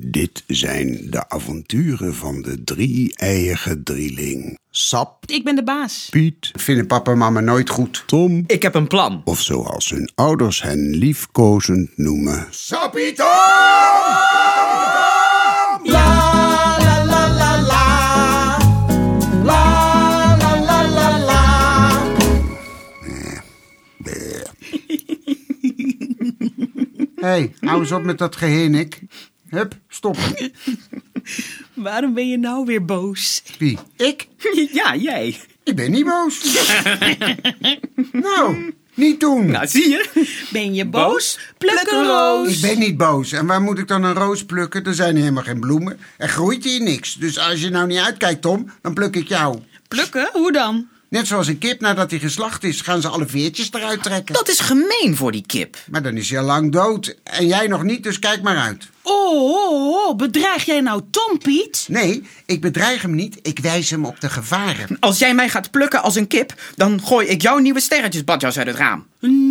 Dit zijn de avonturen van de drie-eige drieling. Sap, Ik ben de baas. Piet, vinden papa en mama nooit goed. Tom, Ik heb een plan. of zoals hun ouders hen liefkozend noemen. Sapito! hey, hou eens op met dat gehenik. Hup, stop. Waarom ben je nou weer boos? Wie? Ik? Ja, jij. Ik ben niet boos. nou, niet doen. Nou, zie je? Ben je boos? Boos? Pluk een roos. Ik ben niet boos. En waar moet ik dan een roos plukken? Er zijn helemaal geen bloemen. Er groeit hier niks. Dus als je nou niet uitkijkt, Tom, dan pluk ik jou. Plukken? Hoe dan? Net zoals een kip nadat hij geslacht is, gaan ze alle veertjes eruit trekken. Dat is gemeen voor die kip. Maar dan is hij al lang dood. En jij nog niet, dus kijk maar uit. Oh, oh, oh, bedreig jij nou Tom, Piet? Nee, ik bedreig hem niet. Ik wijs hem op de gevaren. Als jij mij gaat plukken als een kip, dan gooi ik jouw nieuwe sterretjesbadjas uit het raam.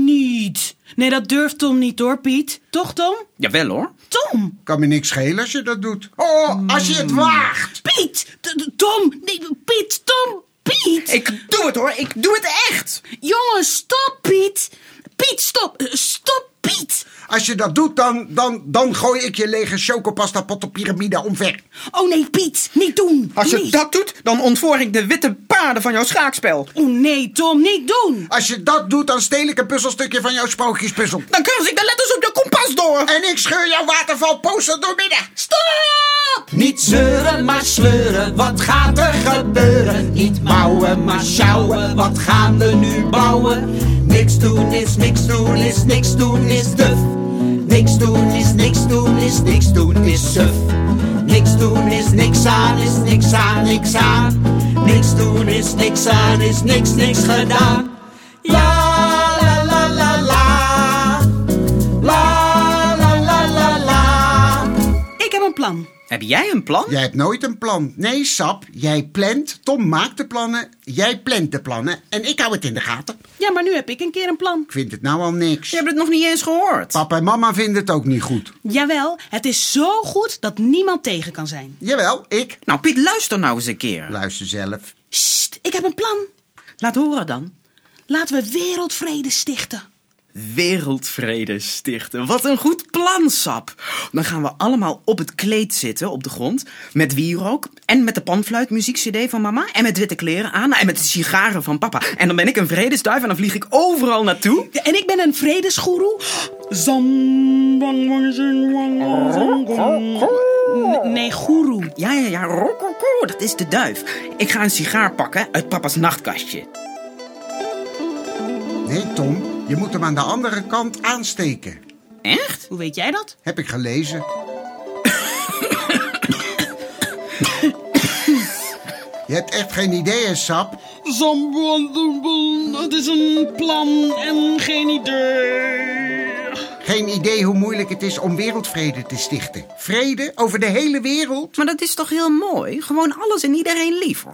Niet. Nee, dat durft Tom niet hoor, Piet. Toch, Tom? Jawel hoor. Tom! Kan me niks schelen als je dat doet. Oh, als je het waagt. Piet! T- t- Tom! Nee, Piet! Tom! Piet! Ik doe het hoor, ik doe het echt. Jongen, stop, Piet! Piet, stop! Eh, Stop, Piet! Als je dat doet, dan, dan, dan gooi ik je lege chocopasta pot op piramide omver. Oh nee, Piet! Niet doen! Als je Nee. dat doet, dan ontvoer ik de witte paarden van jouw schaakspel. Oh nee, Tom, niet doen! Als je dat doet, dan steel ik een puzzelstukje van jouw sprookjespuzzel. Dan kruis ik de letters op de kompas door. En ik scheur jouw watervalposter door midden. Stop! Niet zeuren, maar sleuren, wat gaat er gebeuren? Niet mouwen, maar sjouwen, wat gaan we nu bouwen? Niks doen is niks doen is niks doen is duf. Niks doen is niks doen is niks doen is suf. Niks doen is niks aan is niks aan niks aan. Niks doen is niks aan is niks niks gedaan. Ja, la la la la. La la la la la. Ik heb een plan. Heb jij een plan? Jij hebt nooit een plan. Nee, Sap, jij plant. Tom maakt de plannen. Jij plant de plannen. En ik hou het in de gaten. Ja, maar nu heb ik een keer een plan. Ik vind het nou al niks. Je hebt het nog niet eens gehoord. Papa en mama vinden het ook niet goed. Jawel, het is zo goed dat niemand tegen kan zijn. Jawel, ik. Nou Piet, luister nou eens een keer. Luister zelf. Sst, ik heb een plan. Laat horen dan. Laten we wereldvrede stichten. Wereldvrede stichten. Wat een goed plan, Sap. Dan gaan we allemaal op het kleed zitten, op de grond. Met wierook en met de panfluit muziekcd van mama. En met witte kleren aan en met de sigaren van papa. En dan ben ik een vredesduif en dan vlieg ik overal naartoe. Ja, En ik ben een vredesgoeroe. Zam, wang, wang, zing, wang, zang, wang. N- Nee, goeroe. Ja, ja, ja, rokkoko, dat is de duif. Ik ga een sigaar pakken uit papa's nachtkastje. Nee, Tom, je moet hem aan de andere kant aansteken. Echt? Hoe weet jij dat? Heb ik gelezen. je hebt echt geen ideeën, Sap. Zam, wang, zang, wang. het is een plan en geen idee. Geen idee hoe moeilijk het is om wereldvrede te stichten. Vrede over de hele wereld? Maar dat is toch heel mooi? Gewoon alles en iedereen lief.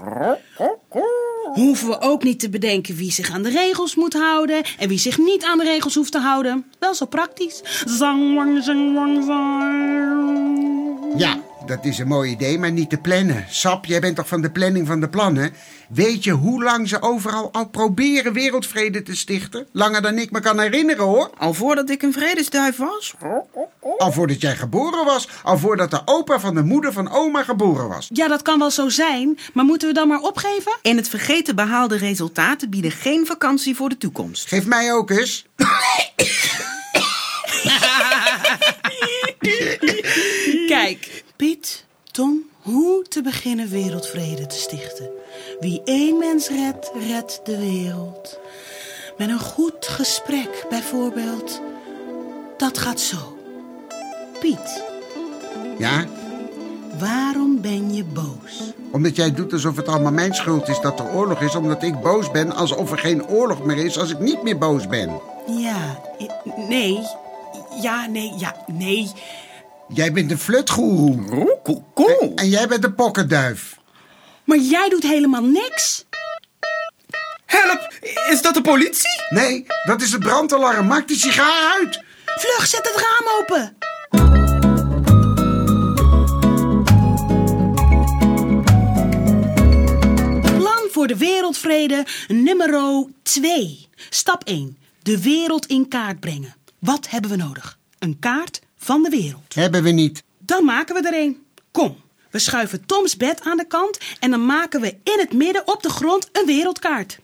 Hoeven we ook niet te bedenken wie zich aan de regels moet houden en wie zich niet aan de regels hoeft te houden. Wel zo praktisch. Zang, wang, zing, wang, zang. Ja, dat is een mooi idee, maar niet te plannen. Sap, jij bent toch van de planning van de plannen? Weet je hoe lang ze overal al proberen wereldvrede te stichten? Langer dan ik me kan herinneren, hoor. Al voordat ik een vredesduif was? Al voordat jij geboren was, al voordat de opa van de moeder van oma geboren was. Ja, dat kan wel zo zijn, maar moeten we dan maar opgeven? En het vergeten behaalde resultaten bieden geen vakantie voor de toekomst. Geef mij ook eens. Kijk, Piet, Tom, hoe te beginnen wereldvrede te stichten. Wie één mens redt, redt de wereld. Met een goed gesprek bijvoorbeeld. Dat gaat zo. Piet, Ja, waarom ben je boos? omdat jij doet alsof het allemaal mijn schuld is dat er oorlog is, omdat ik boos ben, alsof er geen oorlog meer is als ik niet meer boos ben. Ja, i- nee. Ja, nee, ja, nee. Jij bent een flutgoeroe. Rokkoko. En jij bent een pokkenduif. Maar jij doet helemaal niks. Help! Is dat de politie? Nee, dat is het brandalarm. Maak die sigaar uit. Vlug, zet het raam open. Wereldvrede nummer 2. Stap 1. De wereld in kaart brengen. Wat hebben we nodig? Een kaart van de wereld. Hebben we niet. Dan maken we er een. Kom, we schuiven Toms bed aan de kant en dan maken we in het midden op de grond een wereldkaart.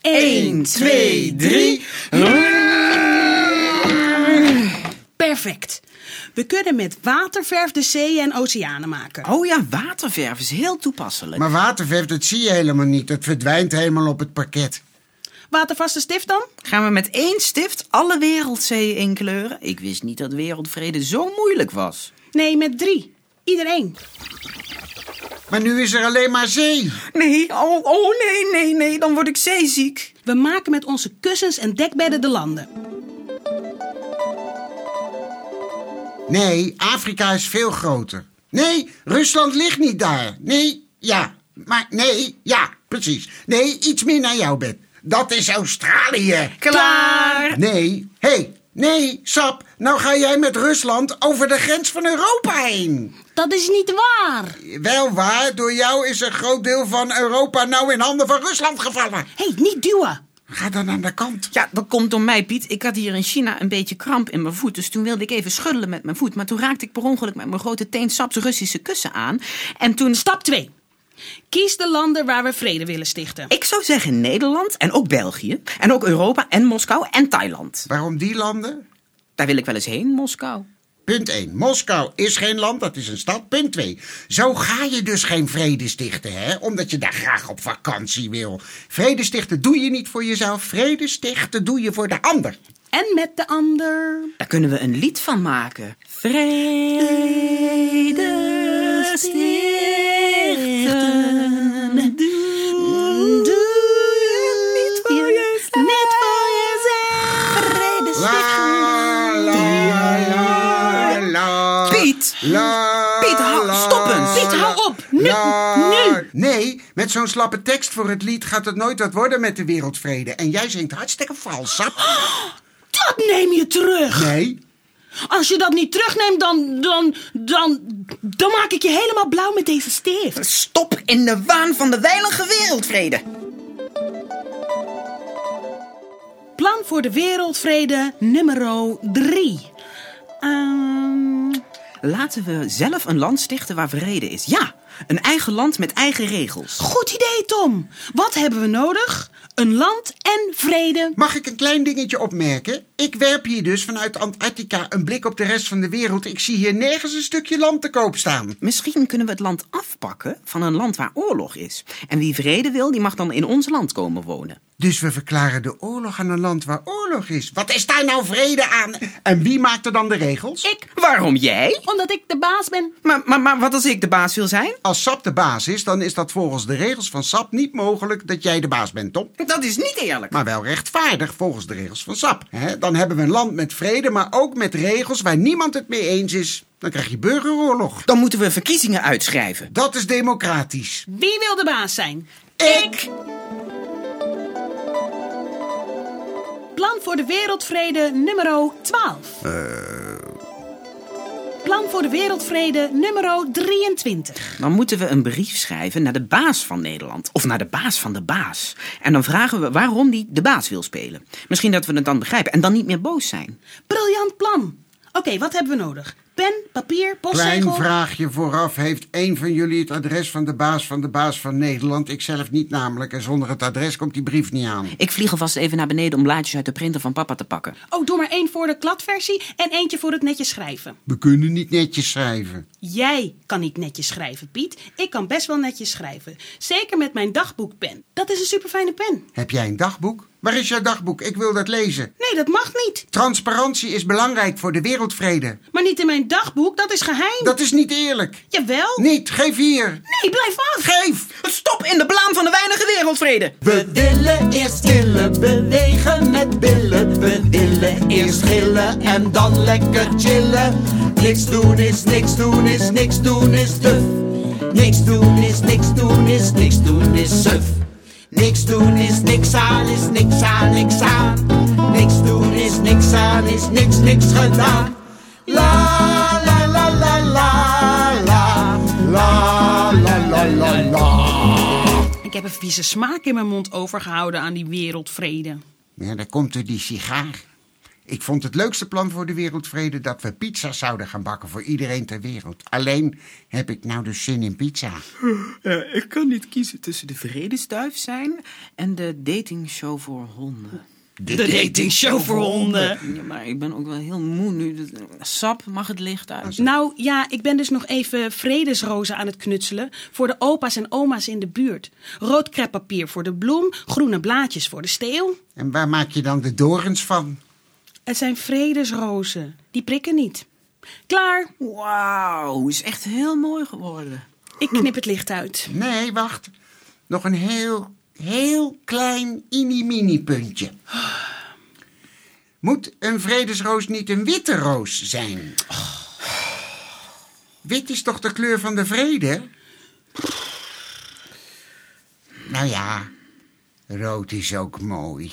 1, 2, 3. Perfect. We kunnen met waterverf de zeeën en oceanen maken. Oh ja, waterverf is heel toepasselijk. Maar waterverf, dat zie je helemaal niet. Dat verdwijnt helemaal op het parket. Watervaste stift dan? Gaan we met één stift alle wereldzeeën inkleuren? Ik wist niet dat wereldvrede zo moeilijk was. Nee, met drie. Iedereen. Maar nu is er alleen maar zee. Nee, oh, oh nee, nee, nee, dan word ik zeeziek. We maken met onze kussens en dekbedden de landen. Nee, Afrika is veel groter. Nee, Rusland ligt niet daar. Nee, ja. Maar nee, ja, precies. Nee, iets meer naar jouw bed. Dat is Australië. Klaar! Nee, hé, hey, nee, Sap. Nou ga jij met Rusland over de grens van Europa heen. Dat is niet waar. Wel waar, door jou is een groot deel van Europa nou in handen van Rusland gevallen. Hé, hey, niet duwen. Ga dan aan de kant. Ja, dat komt door mij, Piet. Ik had hier in China een beetje kramp in mijn voet. Dus toen wilde ik even schuddelen met mijn voet. Maar toen raakte ik per ongeluk met mijn grote teen Saps Russische kussen aan. En toen... Stap 2. Kies de landen waar we vrede willen stichten. Ik zou zeggen Nederland en ook België. En ook Europa en Moskou en Thailand. Waarom die landen? Daar wil ik wel eens heen, Moskou. Punt 1. Moskou is geen land, dat is een stad. Punt 2. Zo ga je dus geen vrede stichten, hè? Omdat je daar graag op vakantie wil. Vrede stichten doe je niet voor jezelf. Vrede stichten doe je voor de ander. En met de ander. Daar kunnen we een lied van maken. Vrede stichten. niet voor jezelf. Niet voor jezelf. Vrede La, la, la, la. Piet! La, Piet, hou- la, stop eens. Piet, hou op. Nu, la. Nee, met zo'n slappe tekst voor het lied gaat het nooit wat worden met de wereldvrede. En jij zingt hartstikke vals, sap. Dat neem je terug. Nee, Als je dat niet terugneemt, dan, dan, dan, dan maak ik je helemaal blauw met deze stift. Stop in de waan van de weilige wereldvrede. Plan voor de wereldvrede nummer Ehm, 3. Laten we zelf een land stichten waar vrede is. Ja, een eigen land met eigen regels. goed idee, Tom. Wat hebben we nodig? Een land en vrede. Mag ik een klein dingetje opmerken? Ik werp hier dus vanuit Antarctica een blik op de rest van de wereld. Ik zie hier nergens een stukje land te koop staan. Misschien kunnen we het land afpakken van een land waar oorlog is. En wie vrede wil, die mag dan in ons land komen wonen. Dus we verklaren de oorlog aan een land waar oorlog is. Wat is daar nou vrede aan? En wie maakt er dan de regels? Ik, Waarom jij? omdat ik de baas ben. Maar, maar, maar wat als ik de baas wil zijn? Als SAP de baas is, dan is dat volgens de regels van SAP niet mogelijk dat jij de baas bent, Tom. Dat is niet eerlijk. Maar wel rechtvaardig volgens de regels van SAP. hè? dan hebben we een land met vrede, maar ook met regels waar niemand het mee eens is. Dan krijg je burgeroorlog. Dan moeten we verkiezingen uitschrijven. Dat is democratisch. Wie wil de baas zijn? Ik. Plan voor de wereldvrede nummer 12. Eh. Plan voor de wereldvrede nummer 23. Dan moeten we een brief schrijven naar de baas van Nederland. Of naar de baas van de baas. En dan vragen we waarom die de baas wil spelen. Misschien dat we het dan begrijpen en dan niet meer boos zijn. Briljant plan. Oké, wat hebben we nodig? Pen, papier, postzegel. Klein vraagje vooraf. Heeft een van jullie het adres van de baas van de baas van Nederland? Ikzelf niet namelijk. En zonder het adres komt die brief niet aan. Ik vlieg alvast even naar beneden om blaadjes uit de printer van papa te pakken. Oh, doe maar één voor de kladversie en eentje voor het netjes schrijven. We kunnen niet netjes schrijven. Jij kan niet netjes schrijven, Piet. Ik kan best wel netjes schrijven. Zeker met mijn dagboekpen. Dat is een superfijne pen. Heb jij een dagboek? Waar is jouw dagboek? Ik wil dat lezen. Nee, dat mag niet. Transparantie is belangrijk voor de wereldvrede. Maar niet in mijn dagboek, dat is geheim. Dat is niet eerlijk. Jawel. Niet, geef hier. Nee, blijf af. Geef! Stop in de blaam van de weinige wereldvrede! We willen eerst killen, bewegen met billen. We willen eerst gillen en dan lekker chillen. Niks doen is niks doen is niks doen is duf. Niks doen is niks doen is niks doen is suf. Niks doen is niks aan is niks aan niks aan. Niks doen is niks aan is niks niks gedaan. La la la la la la la la la la la. Ik heb een vieze smaak in mijn mond overgehouden aan die wereldvrede. Ja, daar komt er die sigaar. Ik vond het leukste plan voor de wereldvrede dat we pizza's zouden gaan bakken voor iedereen ter wereld. Alleen heb ik nou dus zin in pizza. Eh, ik kan niet kiezen tussen de vredesduif zijn en de datingshow voor honden. De, datingshow voor honden. Ja, maar ik ben ook wel heel moe nu. Dat- Sap, mag het licht uit? Nou ja, ik ben dus nog even vredesrozen aan het knutselen voor de opa's en oma's in de buurt. Rood kreppapier voor de bloem, groene blaadjes voor de steel. En waar maak je dan de dorens van? Het zijn vredesrozen, die prikken niet. Klaar, Wauw, is echt heel mooi geworden. ik knip het licht uit. Nee, wacht. Nog een heel, heel klein inimini puntje. Moet een vredesroos niet een witte roos zijn? Wit is toch de kleur van de vrede? Nou ja, rood is ook mooi.